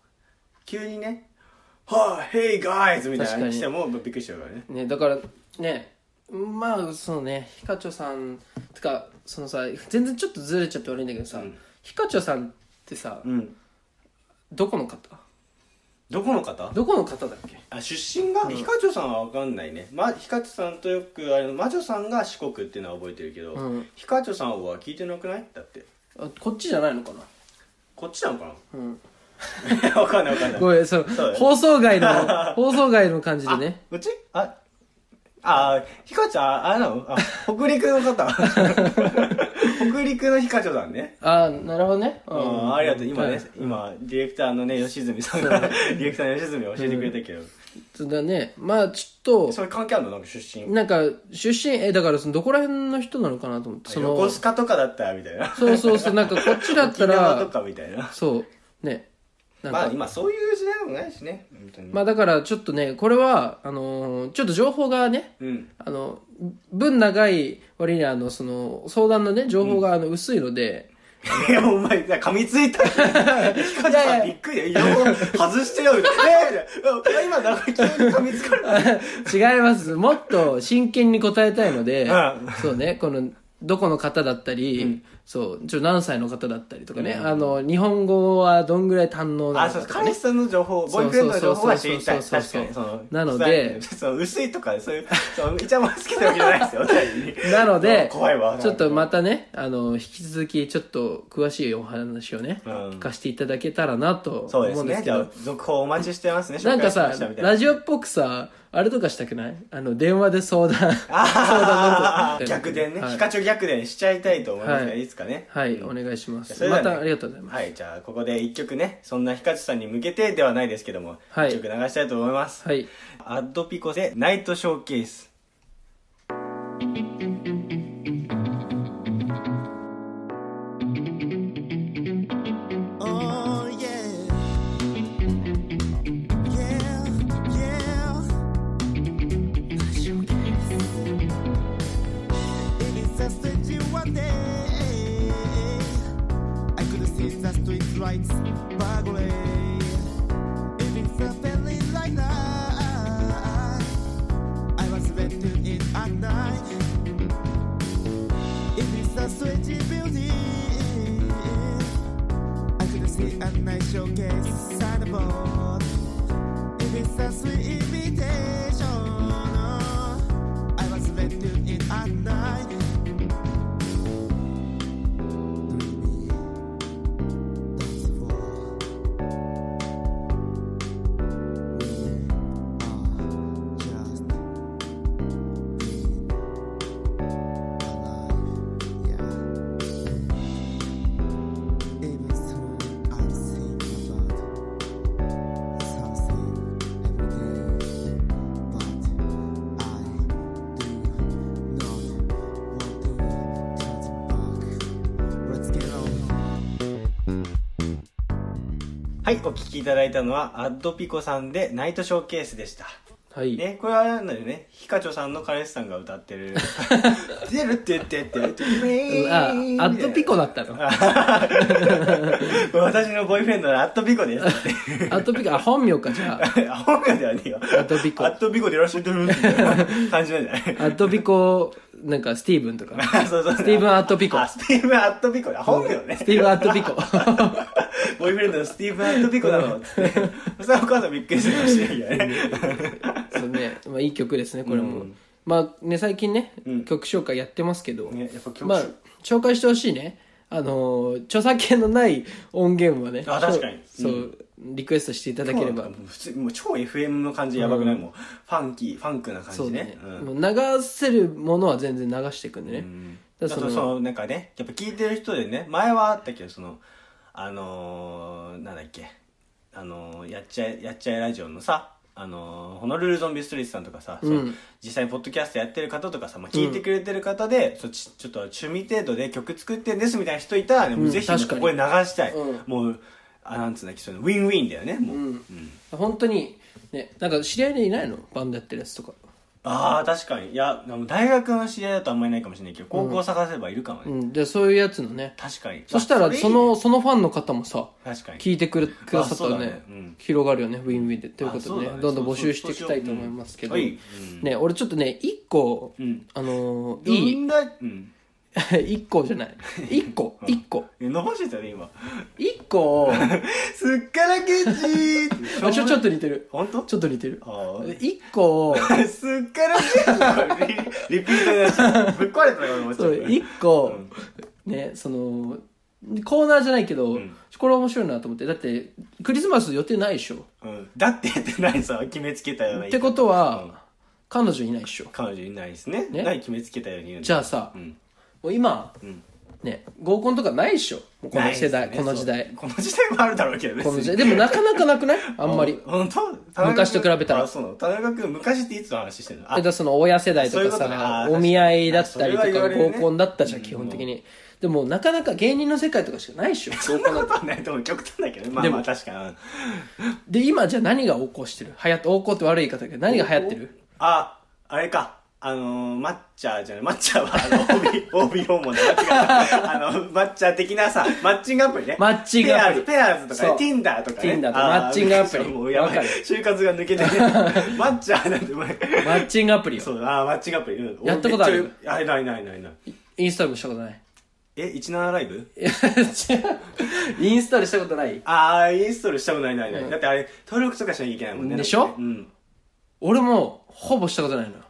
[SPEAKER 1] 急にね「はあ Hey guys」みたいな
[SPEAKER 2] 確か
[SPEAKER 1] の
[SPEAKER 2] に
[SPEAKER 1] してもびっくりしちゃうからね
[SPEAKER 2] ねだからねまあそうねヒカチョさんとかそのさ全然ちょっとずれちゃって悪いんだけどさ、
[SPEAKER 1] うん
[SPEAKER 2] ヒカチョさんってさ、
[SPEAKER 1] うん
[SPEAKER 2] どこの方
[SPEAKER 1] どこの方
[SPEAKER 2] どこの方だっけ
[SPEAKER 1] あ出身がヒカチョさんは分かんないね、ま、ヒカチョさんとよくあれ魔女さんが四国っていうのは覚えてるけど、
[SPEAKER 2] うん
[SPEAKER 1] ヒカチョさんは聞いてなくないだって
[SPEAKER 2] あこっちじゃないのかな
[SPEAKER 1] こっちなのかな
[SPEAKER 2] うん、
[SPEAKER 1] 分かんない分か んない
[SPEAKER 2] ごめんその
[SPEAKER 1] そうだね
[SPEAKER 2] 放送外 の放送外の感じでね
[SPEAKER 1] うちあ、 あ、ひかちゃん、あれなのあ、北陸の方。北陸のヒカチョさんね
[SPEAKER 2] ああなるほどね
[SPEAKER 1] ああありがとう今ね今ディレクターのね吉住さんがディレクターの吉住が教えてくれたけど、
[SPEAKER 2] そうだねまあちょっ
[SPEAKER 1] それ関係あるのなんか出身
[SPEAKER 2] となんか出身えだからそのどこら辺の人なのかなと思ってその
[SPEAKER 1] 横須賀とかだったらみたい な
[SPEAKER 2] そうそうそうなんかこっちだった
[SPEAKER 1] 沖縄と
[SPEAKER 2] ら
[SPEAKER 1] かみたいな
[SPEAKER 2] そうねなん
[SPEAKER 1] まあ
[SPEAKER 2] か
[SPEAKER 1] 今そういう時代でもないしね本当に、
[SPEAKER 2] まあだからちょっとねこれはあのーちょっと情報がね
[SPEAKER 1] うん
[SPEAKER 2] あの分長い割にあのその相談のね情報があの薄いので、
[SPEAKER 1] いや、お前、噛みつ いた。ヒカチョさんびっくりだよ。色を外してよ。みたいなねえねえ今、なんか急に噛みつかれた。
[SPEAKER 2] 違いますもっと真剣に答えたいので
[SPEAKER 1] うん
[SPEAKER 2] そうねこのどこの方だったり、そうちょ何歳の方だったりとかね、あの日本語はどんぐらい堪能な
[SPEAKER 1] あ、
[SPEAKER 2] の
[SPEAKER 1] そう、
[SPEAKER 2] かとかね
[SPEAKER 1] 彼氏さんの情報、ボーイフレンドの情報は知りたい。
[SPEAKER 2] そうそう
[SPEAKER 1] 確
[SPEAKER 2] そ
[SPEAKER 1] か
[SPEAKER 2] うそう
[SPEAKER 1] に。その
[SPEAKER 2] なので
[SPEAKER 1] そう薄いとか、そういう、そう、いちゃもん好きなわけじゃないです よ、確かに
[SPEAKER 2] なので
[SPEAKER 1] そう怖いわ。
[SPEAKER 2] ちょっとまたねあの引き続きちょっと詳しいお話をね、
[SPEAKER 1] うん
[SPEAKER 2] 聞かせていただけたらなと
[SPEAKER 1] そうです
[SPEAKER 2] 思うんで
[SPEAKER 1] ね
[SPEAKER 2] す。け
[SPEAKER 1] じ
[SPEAKER 2] ど
[SPEAKER 1] ゃあ、続報お待ちしてますね、
[SPEAKER 2] なんか
[SPEAKER 1] 紹介
[SPEAKER 2] さ
[SPEAKER 1] しましたみたいな
[SPEAKER 2] ラジオっぽくさあれとかしたくないあの電話で相 談相
[SPEAKER 1] あ
[SPEAKER 2] 談
[SPEAKER 1] ー
[SPEAKER 2] の
[SPEAKER 1] 逆転ね。
[SPEAKER 2] はい
[SPEAKER 1] ヒカチョ逆転しちゃいたいと思いますね。、
[SPEAKER 2] はいい
[SPEAKER 1] つかね。
[SPEAKER 2] はい、お願いしま
[SPEAKER 1] そ
[SPEAKER 2] す
[SPEAKER 1] れでは
[SPEAKER 2] ま
[SPEAKER 1] ね
[SPEAKER 2] たありがとうございます、
[SPEAKER 1] はい、じゃあここで一曲ね、そんなヒカチさんに向けてではないですけども、一、
[SPEAKER 2] はい
[SPEAKER 1] 曲流したいと思います。
[SPEAKER 2] はい
[SPEAKER 1] アッドピコでナイトショーケース。
[SPEAKER 3] Oh yeah, yeah, yeah. It's just a G one day. I could see the street lights burglary. If it's a belly like that, I was ready to it at night. If it's a sweaty building. I could see a nice showcase signboard. If it's a sweet invitation, oh, I was ready to it at night. Dreamy, dance floor. Women are just being alive, yeah. Everything I think about something every day, but I do not want to touch back. Let's get on.
[SPEAKER 1] はい、お聴きいただいたのはアッドピコさんでナイトショーケースでした。
[SPEAKER 2] はい、
[SPEAKER 1] ね、これはあれなんだよね、ヒカチョさんの彼氏さんが歌って る。出るって言ってって。
[SPEAKER 2] うんあアットピコだったの
[SPEAKER 1] あ 私のボーイフレンドのアットピコですって。
[SPEAKER 2] アットピコあ本名かじゃあ
[SPEAKER 1] アホみではねえよ。ア
[SPEAKER 2] ッドピコ
[SPEAKER 1] アットピコでいらっしゃってるみたいな感じなんじゃない
[SPEAKER 2] アットピコなんかスティーブンとか
[SPEAKER 1] そうそう
[SPEAKER 2] スティーブンアットピコ
[SPEAKER 1] あ、スティーブン・アット・ピコだ。本名ね。
[SPEAKER 2] スティーブンアットピコ
[SPEAKER 1] ボーイフレンドのスティーブン・アット・ピコだ ろ。つって。そしたらお母さんびっくりするかもしれないよね。
[SPEAKER 2] そうね、まあ、いい曲ですねこれも、
[SPEAKER 1] うん
[SPEAKER 2] まあね最近ね、
[SPEAKER 1] うん
[SPEAKER 2] 曲紹介やってますけど、
[SPEAKER 1] ねやっぱ曲紹
[SPEAKER 2] まあ紹介してほしいねあのー著作権のない音源はね
[SPEAKER 1] あ確かに
[SPEAKER 2] そう、リクエストしていただければ
[SPEAKER 1] もう普通、もう超 FM の感じやばくないもん。ファンキー、ファンクな感
[SPEAKER 2] そ
[SPEAKER 1] じ
[SPEAKER 2] う
[SPEAKER 1] ね
[SPEAKER 2] ね。、
[SPEAKER 1] うん
[SPEAKER 2] もう流せるものは全然流していくんでね、
[SPEAKER 1] あ
[SPEAKER 2] だ
[SPEAKER 1] と
[SPEAKER 2] から
[SPEAKER 1] そのなんかねやっぱ聞いてる人でね前はあったけどそのあのー、なんだっけあのー、やっちゃえやっちゃえラジオのさあのー、ホノルルゾンビストリートさんとかさ、そう
[SPEAKER 2] うん
[SPEAKER 1] 実際にポッドキャストやってる方とかさ、まあ、聞いてくれてる方で、そうちちょっと趣味程度で曲作ってんですみたいな人いたらね、もうぜひね
[SPEAKER 2] 確
[SPEAKER 1] こ
[SPEAKER 2] かに
[SPEAKER 1] こで流したい、
[SPEAKER 2] うん
[SPEAKER 1] もうあなんつうんだっけそのウィンウィンだよねもう、うん
[SPEAKER 2] 本当にねなんか知り合いでいないのバンドやってるやつとか
[SPEAKER 1] ああ確かにいやでも大学の知り合いだとあんまりいないかもしれないけど高校探せばいるかもね、
[SPEAKER 2] うんでそういうやつのね
[SPEAKER 1] 確かに
[SPEAKER 2] そしたら
[SPEAKER 1] れいい
[SPEAKER 2] そのそのファンの方もさ
[SPEAKER 1] 確かに
[SPEAKER 2] 聞いてくれくださったら
[SPEAKER 1] あそうだ
[SPEAKER 2] ね
[SPEAKER 1] ねうん
[SPEAKER 2] 広がるよねウィンウィンでということで
[SPEAKER 1] あそうだ
[SPEAKER 2] ね
[SPEAKER 1] ね
[SPEAKER 2] どんどん募集していきたいと思いますけど、
[SPEAKER 1] そうそうそう
[SPEAKER 2] ね、俺ちょっとね一個、
[SPEAKER 1] うん
[SPEAKER 2] あのー
[SPEAKER 1] い
[SPEAKER 2] い
[SPEAKER 1] ん
[SPEAKER 2] い
[SPEAKER 1] だ、うん、
[SPEAKER 2] 一個じゃない一 個一個
[SPEAKER 1] え伸ばしてたね今
[SPEAKER 2] 一 個
[SPEAKER 1] すっからけち
[SPEAKER 2] あちょちょっと似てる
[SPEAKER 1] 本当
[SPEAKER 2] ちょっと似てる
[SPEAKER 1] あ ー
[SPEAKER 2] 一個
[SPEAKER 1] すっからけリリピートになっちゃうぶっ壊れたよ俺もち
[SPEAKER 2] そ
[SPEAKER 1] ょっ
[SPEAKER 2] う一個
[SPEAKER 1] うん、
[SPEAKER 2] ねそのコーナーじゃないけど、
[SPEAKER 1] うん
[SPEAKER 2] これ面白いなと思ってだってクリスマス予定ないでしょ
[SPEAKER 1] と、うん、だってって何さ決めつけたような
[SPEAKER 2] ってことは、彼女いないでしょ
[SPEAKER 1] 彼女いないですね
[SPEAKER 2] ね
[SPEAKER 1] 何決めつけたように言うんだ
[SPEAKER 2] じゃあさ、
[SPEAKER 1] うん
[SPEAKER 2] もう今、
[SPEAKER 1] うん
[SPEAKER 2] ね合コンとかないっしょもうこ
[SPEAKER 1] ない
[SPEAKER 2] の
[SPEAKER 1] ですね
[SPEAKER 2] 世代、この時
[SPEAKER 1] そ
[SPEAKER 2] 代
[SPEAKER 1] うこの時代もあるだろうけどね
[SPEAKER 2] この時代でもなかなか なくないあんまり
[SPEAKER 1] 本当田中君
[SPEAKER 2] 昔と比べたら
[SPEAKER 1] あそうなの田中君昔っていつの話してんの
[SPEAKER 2] えだからその親世代と
[SPEAKER 1] そ
[SPEAKER 2] か
[SPEAKER 1] ういうことねあ
[SPEAKER 2] さ
[SPEAKER 1] ー
[SPEAKER 2] お見合いだったりと
[SPEAKER 1] それは
[SPEAKER 2] か
[SPEAKER 1] 言われる
[SPEAKER 2] 合
[SPEAKER 1] ね
[SPEAKER 2] コンだったじゃん基本的にでもなかなか芸人の世界とかしかないっしょ
[SPEAKER 1] そんなことはないと思う極端だけどねまあまあ確かにうん
[SPEAKER 2] で今じゃあ何が横行してる流行って横行って悪い言い方だけど何が流行ってる
[SPEAKER 1] ああれかあのー、抹茶じゃない抹茶はあの OB 訪問で間違えたあの抹茶的なさマッチングアプリね
[SPEAKER 2] マッチングアプリ
[SPEAKER 1] ペアーズペアーズとかね
[SPEAKER 2] そう
[SPEAKER 1] Tinder とかね
[SPEAKER 2] Tinder とか
[SPEAKER 1] あー
[SPEAKER 2] マッチングアプリ
[SPEAKER 1] もうやばい
[SPEAKER 2] わかる
[SPEAKER 1] 就活が抜けてね 抹茶なんてうまい
[SPEAKER 2] マッチングアプリよ
[SPEAKER 1] そうあーマッチングアプリ、うん
[SPEAKER 2] やったことある
[SPEAKER 1] めちゃあないないないない
[SPEAKER 2] インストールもしたことない
[SPEAKER 1] え17ライブ
[SPEAKER 2] いや違うインストールしたことない
[SPEAKER 1] ああインストールしたことないないない、だってあれ登録とかしなきゃいけないもんね
[SPEAKER 2] でしょ
[SPEAKER 1] なんかねうん
[SPEAKER 2] 俺もほぼしたことないのよ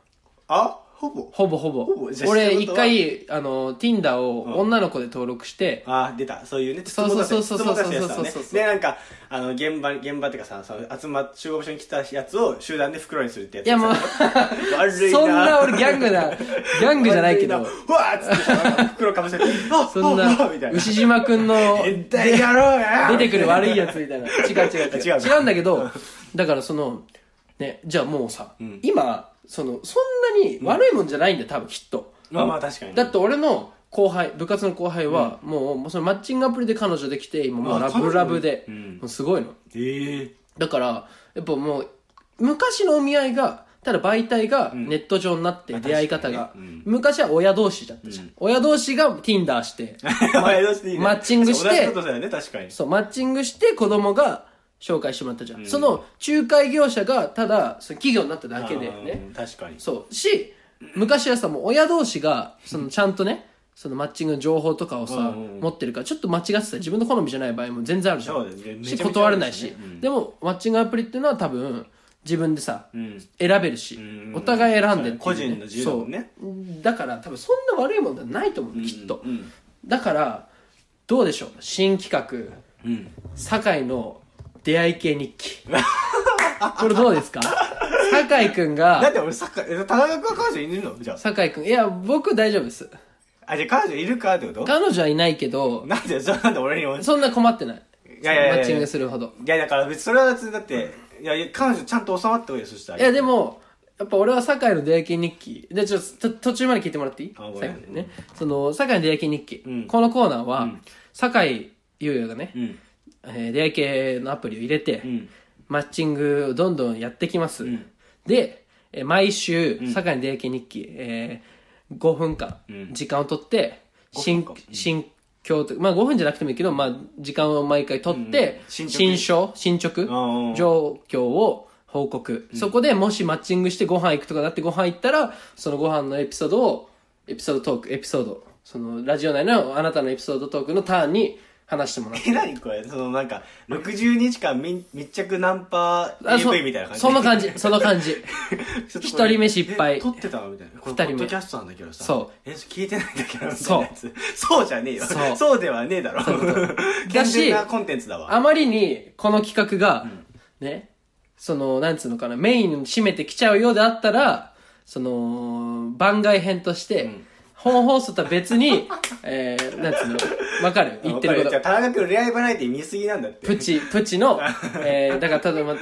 [SPEAKER 1] あほぼ
[SPEAKER 2] ほぼほぼ
[SPEAKER 1] ほぼじゃあした
[SPEAKER 2] 俺
[SPEAKER 1] こと
[SPEAKER 2] 一
[SPEAKER 1] は
[SPEAKER 2] 回あの Tinder を女の子で登録して、
[SPEAKER 1] あー出たそういうね
[SPEAKER 2] そうそうそうそう
[SPEAKER 1] 筒持たせやつだね
[SPEAKER 2] そうそうそうそうそう
[SPEAKER 1] でなんかあの現場現場っていうかさその集ま集合場所に来たやつを集団で袋にするってやつ
[SPEAKER 2] いやもう
[SPEAKER 1] 悪いな
[SPEAKER 2] そんな俺ギャングなギャングじゃないけど
[SPEAKER 1] 悪なうわーっつってさ袋かぶせ てあ
[SPEAKER 2] そん
[SPEAKER 1] あ
[SPEAKER 2] な
[SPEAKER 1] あみたいな
[SPEAKER 2] 牛島くんの
[SPEAKER 1] 変態野郎や
[SPEAKER 2] 出てくる悪い
[SPEAKER 1] や
[SPEAKER 2] やつみたいな違う違
[SPEAKER 1] 違
[SPEAKER 2] う違う違
[SPEAKER 1] う
[SPEAKER 2] う違うんだけどだからそのねじゃあもうさ、
[SPEAKER 1] ん
[SPEAKER 2] 今そのそんなに悪いもんじゃないんだよ多分きっと
[SPEAKER 1] まあまあ確かに
[SPEAKER 2] だって俺の後輩部活の後輩は、もうもうそのマッチングアプリで彼女できて今もう
[SPEAKER 1] あ
[SPEAKER 2] ラブラブで、
[SPEAKER 1] 彼女うん
[SPEAKER 2] もうすごいの
[SPEAKER 1] ええ
[SPEAKER 2] だからやっぱもう昔のお見合いがただ媒体がネット上になって出会い方が、昔は親同士だったじゃん、親同士が Tinder してマッチングして
[SPEAKER 1] 同じことだよね確かに
[SPEAKER 2] そう、マッチングして子供が紹介してもらったじゃん。その仲介業者がただ、その企業になっただけでね。
[SPEAKER 1] あー確かに
[SPEAKER 2] そう。し、昔はさ、もう親同士が、そのちゃんとね、そのマッチングの情報とかをさ、
[SPEAKER 1] うんうん
[SPEAKER 2] 持ってるから、ちょっと間違ってたら自分の好みじゃない場合も全然あるじゃ
[SPEAKER 1] そうだよねめ
[SPEAKER 2] ん。
[SPEAKER 1] ちゃめ
[SPEAKER 2] し、
[SPEAKER 1] ちゃあるしね
[SPEAKER 2] 断れないし
[SPEAKER 1] う。
[SPEAKER 2] でも、マッチングアプリっていうのは多分、自分でさ、
[SPEAKER 1] ん
[SPEAKER 2] 選べるし、
[SPEAKER 1] ん
[SPEAKER 2] お互い選んでっていう、
[SPEAKER 1] 個人の自由だもんね
[SPEAKER 2] そうだから多分そんな悪いもんじゃないと思う、きっと、
[SPEAKER 1] うん
[SPEAKER 2] だからどうでしょう新企画
[SPEAKER 1] うん
[SPEAKER 2] 酒井の出会い系日 記これどうですか酒井くん
[SPEAKER 1] だっ
[SPEAKER 2] が
[SPEAKER 1] て俺サッカーえ田中君は彼女いるのじゃあ
[SPEAKER 2] 酒井くんいや僕大丈夫です
[SPEAKER 1] あじゃあ彼女いるかってこと
[SPEAKER 2] 彼女はいないけど
[SPEAKER 1] なんでそれなんで俺にも
[SPEAKER 2] そんな困ってない
[SPEAKER 1] いやいやいやいや
[SPEAKER 2] マッチングするほど
[SPEAKER 1] いやだから別にそれは別にだっていやいや彼女ちゃんと収まった方がいいよそしたら
[SPEAKER 2] いやでもやっぱ俺は酒井の出会い系日記でちょっとと途中まで聞いてもらっていい
[SPEAKER 1] あごめん
[SPEAKER 2] 最後までねその酒井の出会い系日記、
[SPEAKER 1] うん
[SPEAKER 2] このコーナーは、酒井優也がね、
[SPEAKER 1] うん
[SPEAKER 2] えー出会い系のアプリを入れて、
[SPEAKER 1] うん
[SPEAKER 2] マッチングをどんどんやってきます。
[SPEAKER 1] ん
[SPEAKER 2] で、えー毎週、酒井の出会い系日記、えー5分間、
[SPEAKER 1] うん
[SPEAKER 2] 時間を取って、
[SPEAKER 1] 分
[SPEAKER 2] 新
[SPEAKER 1] 間、
[SPEAKER 2] 新境と、まあ5分じゃなくてもいいけど、まあ時間を毎回取って、
[SPEAKER 1] 進捗
[SPEAKER 2] 新章、進捗、
[SPEAKER 1] ー
[SPEAKER 2] 状況を報告。そこでもしマッチングしてご飯行くとかなってご飯行ったら、そのご飯のエピソードを、エピソードトーク、エピソード、そのラジオ内のあなたのエピソードトークのターンに話してもらう。
[SPEAKER 1] え何これそのなんか60日間み密着ナンパ
[SPEAKER 2] あそ
[SPEAKER 1] AV みたいな感じ
[SPEAKER 2] その感じ、その感 じ。
[SPEAKER 1] ちょっとこ
[SPEAKER 2] 一
[SPEAKER 1] れ
[SPEAKER 2] 人目失敗
[SPEAKER 1] え撮ってたのみたいなこれ
[SPEAKER 2] 二人目
[SPEAKER 1] ポッドキャストなんだけどさ
[SPEAKER 2] そう
[SPEAKER 1] えそれ聞いてないんだけどみたい
[SPEAKER 2] そう
[SPEAKER 1] なやつ そうじゃねえよ
[SPEAKER 2] そう
[SPEAKER 1] そうではねえだろ
[SPEAKER 2] だ
[SPEAKER 1] 健
[SPEAKER 2] し
[SPEAKER 1] 全なコンテンツだわ
[SPEAKER 2] あまりにこの企画が、ね、その、なんつうのかな、メイン締めてきちゃうようであったら、その、番外編として、本放送とは 別に、えー、なんつうの、わかる言ってる
[SPEAKER 1] わかよ。
[SPEAKER 2] こと
[SPEAKER 1] じゃあ田中君恋愛バラエティ見すぎなんだって
[SPEAKER 2] プチ、プチ の、えー、だから、例えば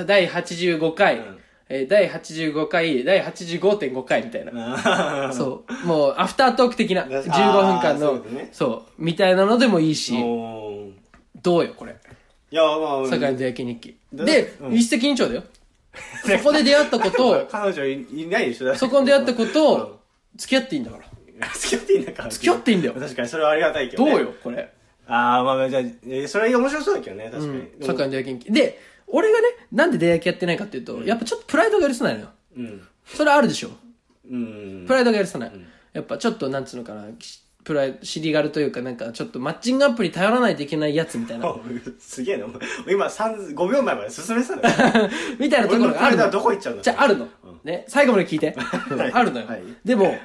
[SPEAKER 2] ね、第85回、
[SPEAKER 1] ん
[SPEAKER 2] えー第85回、第85.5回みたいな。
[SPEAKER 1] あー
[SPEAKER 2] そう。もう、アフタートーク的な、15分間
[SPEAKER 1] そう
[SPEAKER 2] の
[SPEAKER 1] ですね、
[SPEAKER 2] そう、みたいなのでもいいし、
[SPEAKER 1] おー
[SPEAKER 2] どうよ、これ。
[SPEAKER 1] いやまあ
[SPEAKER 2] 酒井の出会い系日記。
[SPEAKER 1] だ
[SPEAKER 2] で、
[SPEAKER 1] うん
[SPEAKER 2] 一石二鳥だよ。そこで出会ったこ とを、
[SPEAKER 1] 彼女いいないでしょだって
[SPEAKER 2] そこで出会ったことを、付き合っていいんだから。
[SPEAKER 1] 付き合っていいんだから
[SPEAKER 2] 付き合っていいんだよ
[SPEAKER 1] 確かにそれはありがたいけど、
[SPEAKER 2] どう
[SPEAKER 1] ね、
[SPEAKER 2] よ、これ。
[SPEAKER 1] ああまあじゃあ、えーそれ面白そうだけどね確かに、でも
[SPEAKER 2] 酒井の出会い系日記。で、俺がね、なんで出会い系やってないかっていうと、やっぱちょっとプライドが許さないのよ。
[SPEAKER 1] うん
[SPEAKER 2] それあるでしょ。
[SPEAKER 1] うん
[SPEAKER 2] プライドが許さない。やっぱちょっと、なんつうのかな、しプライ尻軽というか、なんかちょっとマッチングアプリ頼らないといけないやつみたいな、
[SPEAKER 1] すげえなお前今3 5秒前まで進めてたんだよ
[SPEAKER 2] みたいなとこ
[SPEAKER 1] 俺
[SPEAKER 2] ろがある
[SPEAKER 1] のプライドは
[SPEAKER 2] の。
[SPEAKER 1] どこ行っちゃうんだ
[SPEAKER 2] じゃあ、あるの。ね、最後まで聞いて。う ん
[SPEAKER 1] はい
[SPEAKER 2] あるのよ
[SPEAKER 1] はい。
[SPEAKER 2] でも、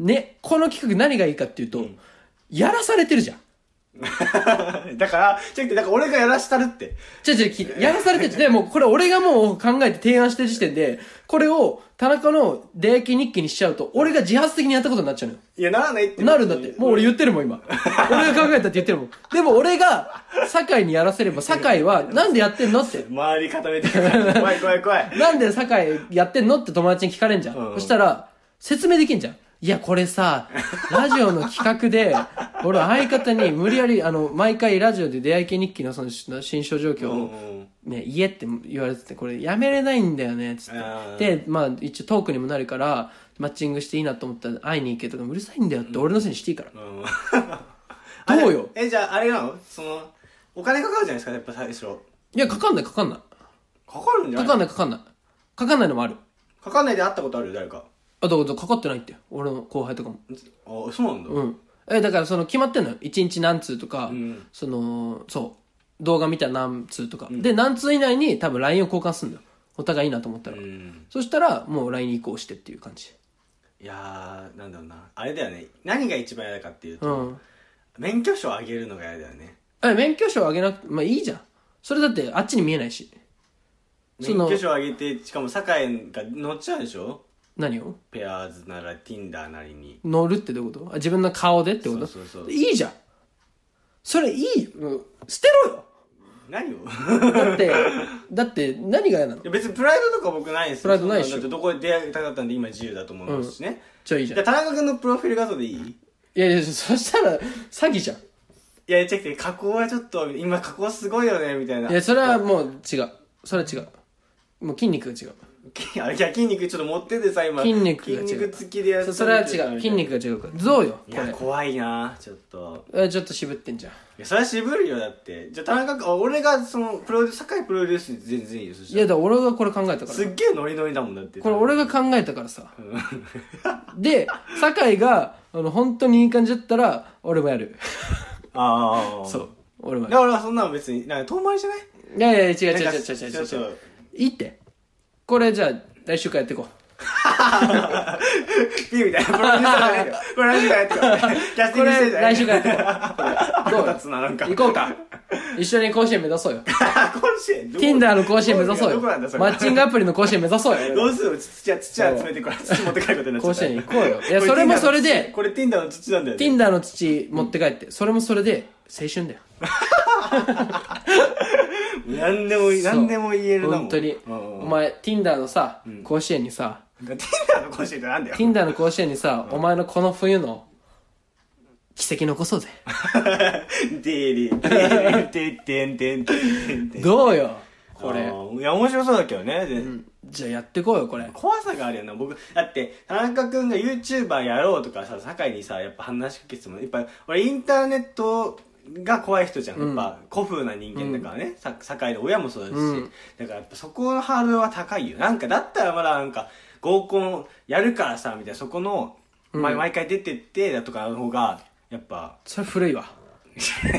[SPEAKER 2] ね、この企画何がいいかっていうと、やらされてるじゃん。
[SPEAKER 1] だから、ちょっと、だから俺がやらしたるって。
[SPEAKER 2] 違う違う聞いて、やらされてるで、もうこれ俺がもう考えて提案してる時点で、これを田中の出会い日記にしちゃうと、俺が自発的にやったことになっちゃうのよ。
[SPEAKER 1] いや、ならないって。
[SPEAKER 2] なるんだって。もう俺言ってるもん、 今。俺が考えたって言ってるもん。でも俺が、酒井にやらせれば、酒井は、なんでやってんのって。
[SPEAKER 1] 周り固めてる から怖い怖い怖い。
[SPEAKER 2] なんで酒井やってんのって友達に聞かれんじゃん。
[SPEAKER 1] うん
[SPEAKER 2] そしたら、説明できんじゃん。いや、これさ、ラジオの企画で、俺相方に無理やり、あの、毎回ラジオで出会い系日記のその新症状
[SPEAKER 1] う
[SPEAKER 2] 況を
[SPEAKER 1] んうん
[SPEAKER 2] ね、言えって言われてて、これやめれないんだよね、つ
[SPEAKER 1] あ
[SPEAKER 2] っ
[SPEAKER 1] ー
[SPEAKER 2] て。で、まあ一応トークにもなるから、マッチングしていいなと思ったら会いに行けとかうるさいんだよって俺のせいにしていいから。
[SPEAKER 1] うん。
[SPEAKER 2] どうよ
[SPEAKER 1] あれえ、じゃあ、あれなのその、お金かかるじゃないですか、やっぱ最初。
[SPEAKER 2] いや、かかんないかかんない。
[SPEAKER 1] かかるんじゃな
[SPEAKER 2] か
[SPEAKER 1] い
[SPEAKER 2] かん
[SPEAKER 1] ない。
[SPEAKER 2] ないかかんない。かかんないのもある。
[SPEAKER 1] かかんないで会ったことある誰か。
[SPEAKER 2] あ、だからかかってないって。俺の後輩とかも。
[SPEAKER 1] あ、そうなんだ。
[SPEAKER 2] うん。え、だからその決まってんのよ。1日何通とか、
[SPEAKER 1] ん
[SPEAKER 2] その、そう。動画見たら何通とか。で、何通以内に多分 LINE を交換するんだよ。お互いいいなと思ったら。
[SPEAKER 1] うん。
[SPEAKER 2] そしたら、もう LINE に移行してっていう感じ。
[SPEAKER 1] いやー、なんだろうな。あれだよね。何が一番嫌だかっていう
[SPEAKER 2] う
[SPEAKER 1] と、
[SPEAKER 2] ん。
[SPEAKER 1] 免許証あげるのが嫌だよね。
[SPEAKER 2] え、免許証あげなくて、まあいいじゃん。それだってあっちに見えないし。そ
[SPEAKER 1] 免
[SPEAKER 2] の
[SPEAKER 1] 許証あげて、しかも酒井が乗っちゃうでしょ
[SPEAKER 2] 何を
[SPEAKER 1] ペアーズなら Tinder なりに。
[SPEAKER 2] 乗るってどういうことあ自分の顔でってこと
[SPEAKER 1] そうそうそう
[SPEAKER 2] いいじゃん。それいいよ。うん捨てろよ
[SPEAKER 1] 何を
[SPEAKER 2] だって、だって何が嫌なの
[SPEAKER 1] いや別にプライドとか僕ないですよ
[SPEAKER 2] プライドないっしょ
[SPEAKER 1] そんのだってどこで出会いたかったんで今自由だと思いますしね、
[SPEAKER 2] じゃあいいじ
[SPEAKER 1] じ
[SPEAKER 2] ゃ
[SPEAKER 1] ゃ
[SPEAKER 2] ん。
[SPEAKER 1] あ
[SPEAKER 2] い
[SPEAKER 1] 田中君のプロフィール画像でいい
[SPEAKER 2] やいや、そしたら詐欺じゃん。
[SPEAKER 1] いや、チェック加工はちょっと、今加工すごいよね、みたいな。
[SPEAKER 2] いや、それはもう違う。それは違う。もう筋肉が違う。
[SPEAKER 1] き あれ、じゃあ筋肉ちょっと持っててさ、今。
[SPEAKER 2] 筋肉が違う
[SPEAKER 1] 筋肉付きでやっ
[SPEAKER 2] そ
[SPEAKER 1] て
[SPEAKER 2] それは違う。筋肉が違うから。どうよ、
[SPEAKER 1] い
[SPEAKER 2] こ
[SPEAKER 1] や、
[SPEAKER 2] れ。
[SPEAKER 1] 怖いなちょっと。
[SPEAKER 2] えちょっと渋ってんじゃん。
[SPEAKER 1] いや、それは渋るよ、だって。じゃあ田中君、あ俺がその、プロデュース、酒井プロデュース全然いいよ、そし
[SPEAKER 2] い
[SPEAKER 1] たら
[SPEAKER 2] や、だから俺がこれ考えたか
[SPEAKER 1] す
[SPEAKER 2] ら。
[SPEAKER 1] っげえノリノリだもんだって。
[SPEAKER 2] これ俺が考えたからさ。で、酒井が、あの、本当にいい感じだったら、俺もやる。
[SPEAKER 1] ああ。
[SPEAKER 2] そう。。俺も
[SPEAKER 1] だ
[SPEAKER 2] や
[SPEAKER 1] からそんなの別に、なんか遠回りじゃない
[SPEAKER 2] る。いやいや、違う違う
[SPEAKER 1] なんか
[SPEAKER 2] 違う違う違う
[SPEAKER 1] ちょっ
[SPEAKER 2] 違う。
[SPEAKER 1] と
[SPEAKER 2] いいって。これじゃあ、来週からやっていこう。
[SPEAKER 1] ピーみたいな。プロデューサーじゃ ないよ。これ来週からやってこうキャスティ
[SPEAKER 2] こ
[SPEAKER 1] ングして
[SPEAKER 2] れ、
[SPEAKER 1] んじゃない
[SPEAKER 2] 来週からやっていこう。どう
[SPEAKER 1] 腹立つななんか
[SPEAKER 2] 行こうか。一緒に甲子園目指そうよ。
[SPEAKER 1] 甲子園どこ
[SPEAKER 2] Tinder の甲子園目指そう
[SPEAKER 1] ど
[SPEAKER 2] よ。
[SPEAKER 1] こなんだそれ
[SPEAKER 2] マッチングアプリの甲子園目指そう
[SPEAKER 1] ど
[SPEAKER 2] よ。
[SPEAKER 1] うする土は土は集めてから土持って帰ることになっちゃ
[SPEAKER 2] 甲
[SPEAKER 1] った
[SPEAKER 2] 子園行こうよ。いや、
[SPEAKER 1] こ
[SPEAKER 2] それもそれ
[SPEAKER 1] Tinder の土
[SPEAKER 2] で、
[SPEAKER 1] これ Tinder の土なんだよね
[SPEAKER 2] Tinder の土持って帰って、それもそれで、青春だよ。
[SPEAKER 1] 何でもいい何でも言えるなもん
[SPEAKER 2] 本当に。
[SPEAKER 1] うん
[SPEAKER 2] お前、Tinder のさ、甲子園にさ、
[SPEAKER 1] だから Tinder の甲子園ってなんだよ
[SPEAKER 2] Tinder の甲子園 にさ、お前のこの冬の、奇跡残そ うぜ。
[SPEAKER 1] デリデリてってんてんてんてんてん
[SPEAKER 2] どうよ、こ
[SPEAKER 1] あ
[SPEAKER 2] れ。
[SPEAKER 1] ーいや面白そうだけどねで
[SPEAKER 2] じゃあやってこうよ、これ。
[SPEAKER 1] 怖さがあるよな僕だって田中君が YouTuber やろうとかさ酒井にさやっぱ話しかけてもやっぱ俺インターネットが怖い人じゃん、やっぱ古風な人間だからね、さ酒井の親もそうだし、
[SPEAKER 2] うん
[SPEAKER 1] だからやっぱそこのハードルは高いよなんかだったらまだなんか合コンやるからさみたいなそこの、ま毎回出てってだとかの方がやっぱ
[SPEAKER 2] それ古い わ。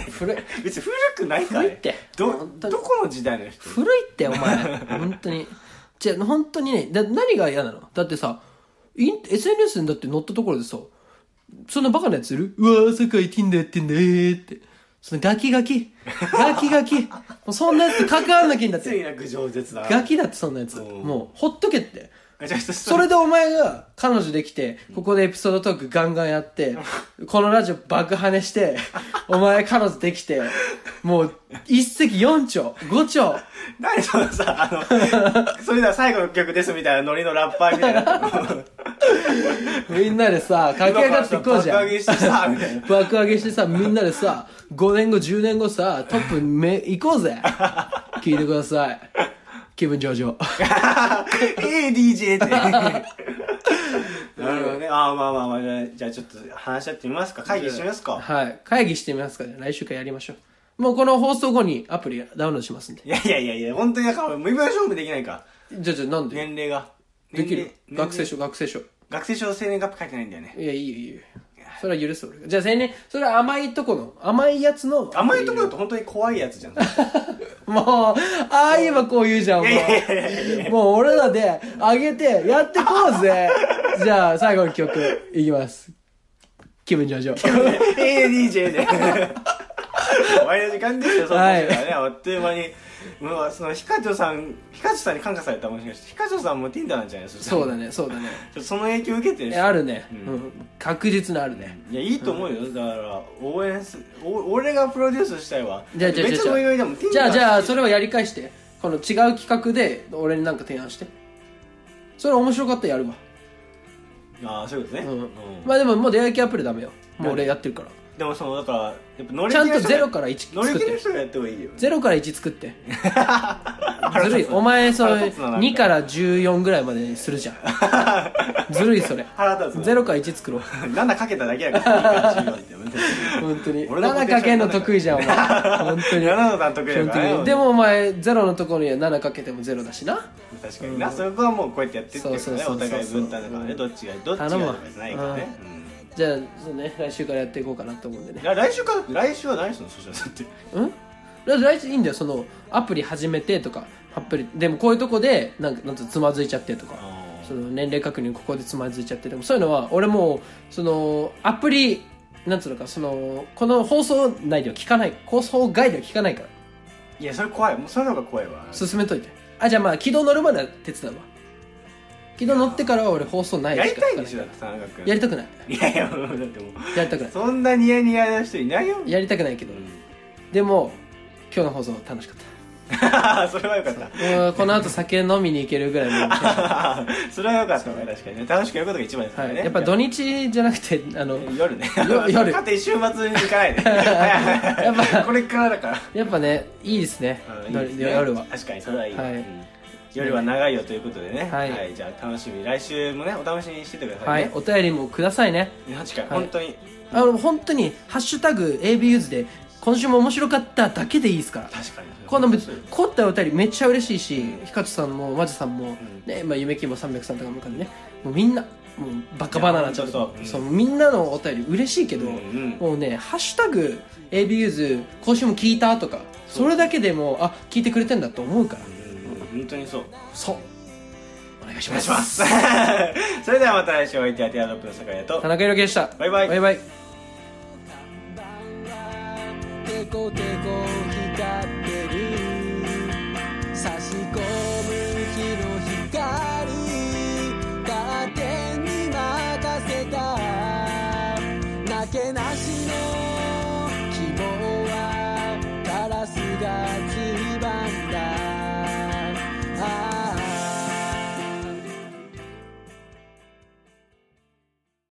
[SPEAKER 2] 古い。
[SPEAKER 1] 別に古くないから、ね、
[SPEAKER 2] 古いって
[SPEAKER 1] ど
[SPEAKER 2] 本当に
[SPEAKER 1] どこの時代の人
[SPEAKER 2] 古いってお 前本当にじゃあ本当にねだ何が嫌なのだってさイン SNS にだって載ったところでさそんなバカなやついるうわー世界 Tinder やってんだえーってそのガキガキガキ ガキもうそんなやつ関わんなきゃいいんだっ
[SPEAKER 1] つい
[SPEAKER 2] て
[SPEAKER 1] なく饒舌な
[SPEAKER 2] ガキだってそんなやつ
[SPEAKER 1] うん
[SPEAKER 2] もうほっとけって
[SPEAKER 1] あちょっと
[SPEAKER 2] それでお前が彼女できて、ここでエピソードトークガンガンやって、このラジオ爆跳ねして、お前彼女できて、もう一石四鳥、五鳥、
[SPEAKER 1] 何そのさ、あの、 それでは最後の曲ですみたいなノリのラッパーみたいな。
[SPEAKER 2] みんなでさ、駆け上がっていこうじゃん
[SPEAKER 1] 爆。上げしてさ、みたいな。
[SPEAKER 2] 爆上げしてさ、みんなでさ、5年後、10年後さ、トップめ、行こ うぜ。聞いてください。気分上々。
[SPEAKER 1] ええ、DJ って。なるほどね。ああ、まあまあまあ、じゃあじゃあちょっと話し合ってみますか。会議しますか。
[SPEAKER 2] はい。会議してみますかね。来週からやりましょう。もうこの放送後にアプリダウンロードしますんで。
[SPEAKER 1] いやいやいやいや、本当になんか俺、無理勝負できないから。
[SPEAKER 2] じゃあじゃあなんで
[SPEAKER 1] 年齢が。
[SPEAKER 2] できる
[SPEAKER 1] 年齢
[SPEAKER 2] 学生。証、学生証。
[SPEAKER 1] 学生証生年月日書いてないんだよね。
[SPEAKER 2] いや、いいよ、いいよ。それは許す俺が。じゃあ青年、それは甘いとこの、甘いやつの。
[SPEAKER 1] 甘いところだと本当に怖いやつじゃん。い
[SPEAKER 2] もう、ああ言えばこう言うじゃん、も
[SPEAKER 1] やいやいや
[SPEAKER 2] う。もう俺らで、あげて、やってこ うぜ。じゃあ、最後の曲、いきます。気分上々。
[SPEAKER 1] ええ、DJ で。終わりの時間ですよ、そん
[SPEAKER 2] は
[SPEAKER 1] ない時間ね、あっという間に。もう、その、ヒカチョさん、ヒカチョさんに感化されたもしかして、ヒカチョさんも Tinder なんじゃないですか。
[SPEAKER 2] そうだねそうだね
[SPEAKER 1] ちょっとその影響受けてる
[SPEAKER 2] え
[SPEAKER 1] し
[SPEAKER 2] あるね、
[SPEAKER 1] う
[SPEAKER 2] うんん確実にあるね、
[SPEAKER 1] いや、いいと思うよ。だから、応援す、お俺がプロデュースしたいわ。
[SPEAKER 2] じゃあじゃあ
[SPEAKER 1] めっ
[SPEAKER 2] じゃ
[SPEAKER 1] ちゃ
[SPEAKER 2] あ
[SPEAKER 1] お祝いだもん。
[SPEAKER 2] じゃあじゃあ
[SPEAKER 1] Tinder
[SPEAKER 2] それはやり返してこの違う企画で俺になんか提案してそれ面白かったらやるわ、
[SPEAKER 1] ああ、そういうことね。
[SPEAKER 2] うん
[SPEAKER 1] うん
[SPEAKER 2] まあでももう出会い系アプリダメよもう俺やってるから
[SPEAKER 1] でも、その、だから、やっぱ乗り
[SPEAKER 2] ち
[SPEAKER 1] 気な
[SPEAKER 2] ゃ
[SPEAKER 1] ん人
[SPEAKER 2] と
[SPEAKER 1] が
[SPEAKER 2] ゼロから1
[SPEAKER 1] 乗り
[SPEAKER 2] 作っ
[SPEAKER 1] 気
[SPEAKER 2] て
[SPEAKER 1] な人がやった方がいいよ。
[SPEAKER 2] ゼロから1作って ずるいお前そ
[SPEAKER 1] 腹
[SPEAKER 2] れ
[SPEAKER 1] 立つななんか
[SPEAKER 2] 2から14ぐらいまでにするじゃ んずるいそれ
[SPEAKER 1] 腹立つな
[SPEAKER 2] ゼロから1作ろう
[SPEAKER 1] 7かけただけやから、いい感じよみたいな
[SPEAKER 2] 本当に
[SPEAKER 1] 俺のポテンシャル
[SPEAKER 2] 7かけんの得意じゃんお前本当に
[SPEAKER 1] 7の単独や
[SPEAKER 2] 本
[SPEAKER 1] か
[SPEAKER 2] 当
[SPEAKER 1] ら
[SPEAKER 2] に
[SPEAKER 1] ね
[SPEAKER 2] でもお前ゼロのところには7かけてもゼロだしな
[SPEAKER 1] 確かにな、そこはもうこうやってやってってるか
[SPEAKER 2] そ
[SPEAKER 1] ら
[SPEAKER 2] う
[SPEAKER 1] ね
[SPEAKER 2] そうそ
[SPEAKER 1] お
[SPEAKER 2] うそう
[SPEAKER 1] 互い分担だからねどっちがどっちがと
[SPEAKER 2] 頼むわ
[SPEAKER 1] かじゃないからね
[SPEAKER 2] じゃあそうね来週からやっていこうかなと思うんでね
[SPEAKER 1] うんいや来週から来週は何するのそしたらだって
[SPEAKER 2] うんだって来週いいんだよそのアプリ始めてとかアプリでもこういうとこでなんかなんつうつまずいちゃってとかその年齢確認ここでつまずいちゃってでもそういうのは俺もうそのアプリなんつうのかそのこの放送内では聞かない放送外では聞かないから
[SPEAKER 1] いやそれ怖いもうそれの方が怖いわ
[SPEAKER 2] 進めといてあじゃあまあ軌道乗るまでは手伝うわ軌道乗ってからは俺放送ない
[SPEAKER 1] やりたいん
[SPEAKER 2] 聞
[SPEAKER 1] で
[SPEAKER 2] か
[SPEAKER 1] しょ
[SPEAKER 2] な
[SPEAKER 1] だ
[SPEAKER 2] い
[SPEAKER 1] っ
[SPEAKER 2] か
[SPEAKER 1] て田中
[SPEAKER 2] ら
[SPEAKER 1] 君
[SPEAKER 2] やりたくない
[SPEAKER 1] いやいやもうだってもう
[SPEAKER 2] やりたくない
[SPEAKER 1] そんなニヤニヤな人いないよ
[SPEAKER 2] やりたくないけど、
[SPEAKER 1] うん
[SPEAKER 2] でも今日の放送楽しかっ た
[SPEAKER 1] それはよかった
[SPEAKER 2] もうこの後酒飲みに行けるぐらい の
[SPEAKER 1] それはよかったわ確かにね楽しくやることが一番ですか
[SPEAKER 2] は
[SPEAKER 1] ら
[SPEAKER 2] い、
[SPEAKER 1] ね
[SPEAKER 2] やっぱ土日じゃなくてあの
[SPEAKER 1] 夜ね
[SPEAKER 2] よ夜
[SPEAKER 1] 勝手に週末に行か ないでやっ ぱこれからだから
[SPEAKER 2] やっぱねいいですね
[SPEAKER 1] うん
[SPEAKER 2] 夜
[SPEAKER 1] いいですね
[SPEAKER 2] 夜は
[SPEAKER 1] 確かにそれはいい、
[SPEAKER 2] はい
[SPEAKER 1] うん夜は長いよということでね、は
[SPEAKER 2] はいい
[SPEAKER 1] じゃあ楽しみ来週もねお楽しみにしててくださ
[SPEAKER 2] はいい
[SPEAKER 1] ね、
[SPEAKER 2] お便りもくださいね
[SPEAKER 1] マジか、
[SPEAKER 2] はい
[SPEAKER 1] 本当に
[SPEAKER 2] あの本当に「ハッシュタグ #AB ユーズ」で今週も面白かっただけでいいですから
[SPEAKER 1] 確かに
[SPEAKER 2] この
[SPEAKER 1] ぶ
[SPEAKER 2] ぶ凝ったお便りめっちゃ嬉しいし、ひかちさんもまじさんも、
[SPEAKER 1] ん
[SPEAKER 2] ねまあ、夢希望300さんとかもかねもうみんなもうバカバナナちゃんと
[SPEAKER 1] いや
[SPEAKER 2] か
[SPEAKER 1] ほんとそ
[SPEAKER 2] そううみんなのお便り嬉しいけど、
[SPEAKER 1] うんうん
[SPEAKER 2] もうね「ハッシュタグ #AB ユーズ」今週も聞いたとかそれだけでもあ聞いてくれてんだと思うから
[SPEAKER 1] 本当にそう
[SPEAKER 2] そうお願いし
[SPEAKER 1] お願
[SPEAKER 2] ま
[SPEAKER 1] いし
[SPEAKER 2] す
[SPEAKER 1] ます それではまた来週お相手はティアドロップの酒屋と
[SPEAKER 2] 田中裕樹でした
[SPEAKER 1] バイバイ
[SPEAKER 2] バイバイ
[SPEAKER 3] テコテコ光ってる差し込む日の光カーテンに任せたなけなしの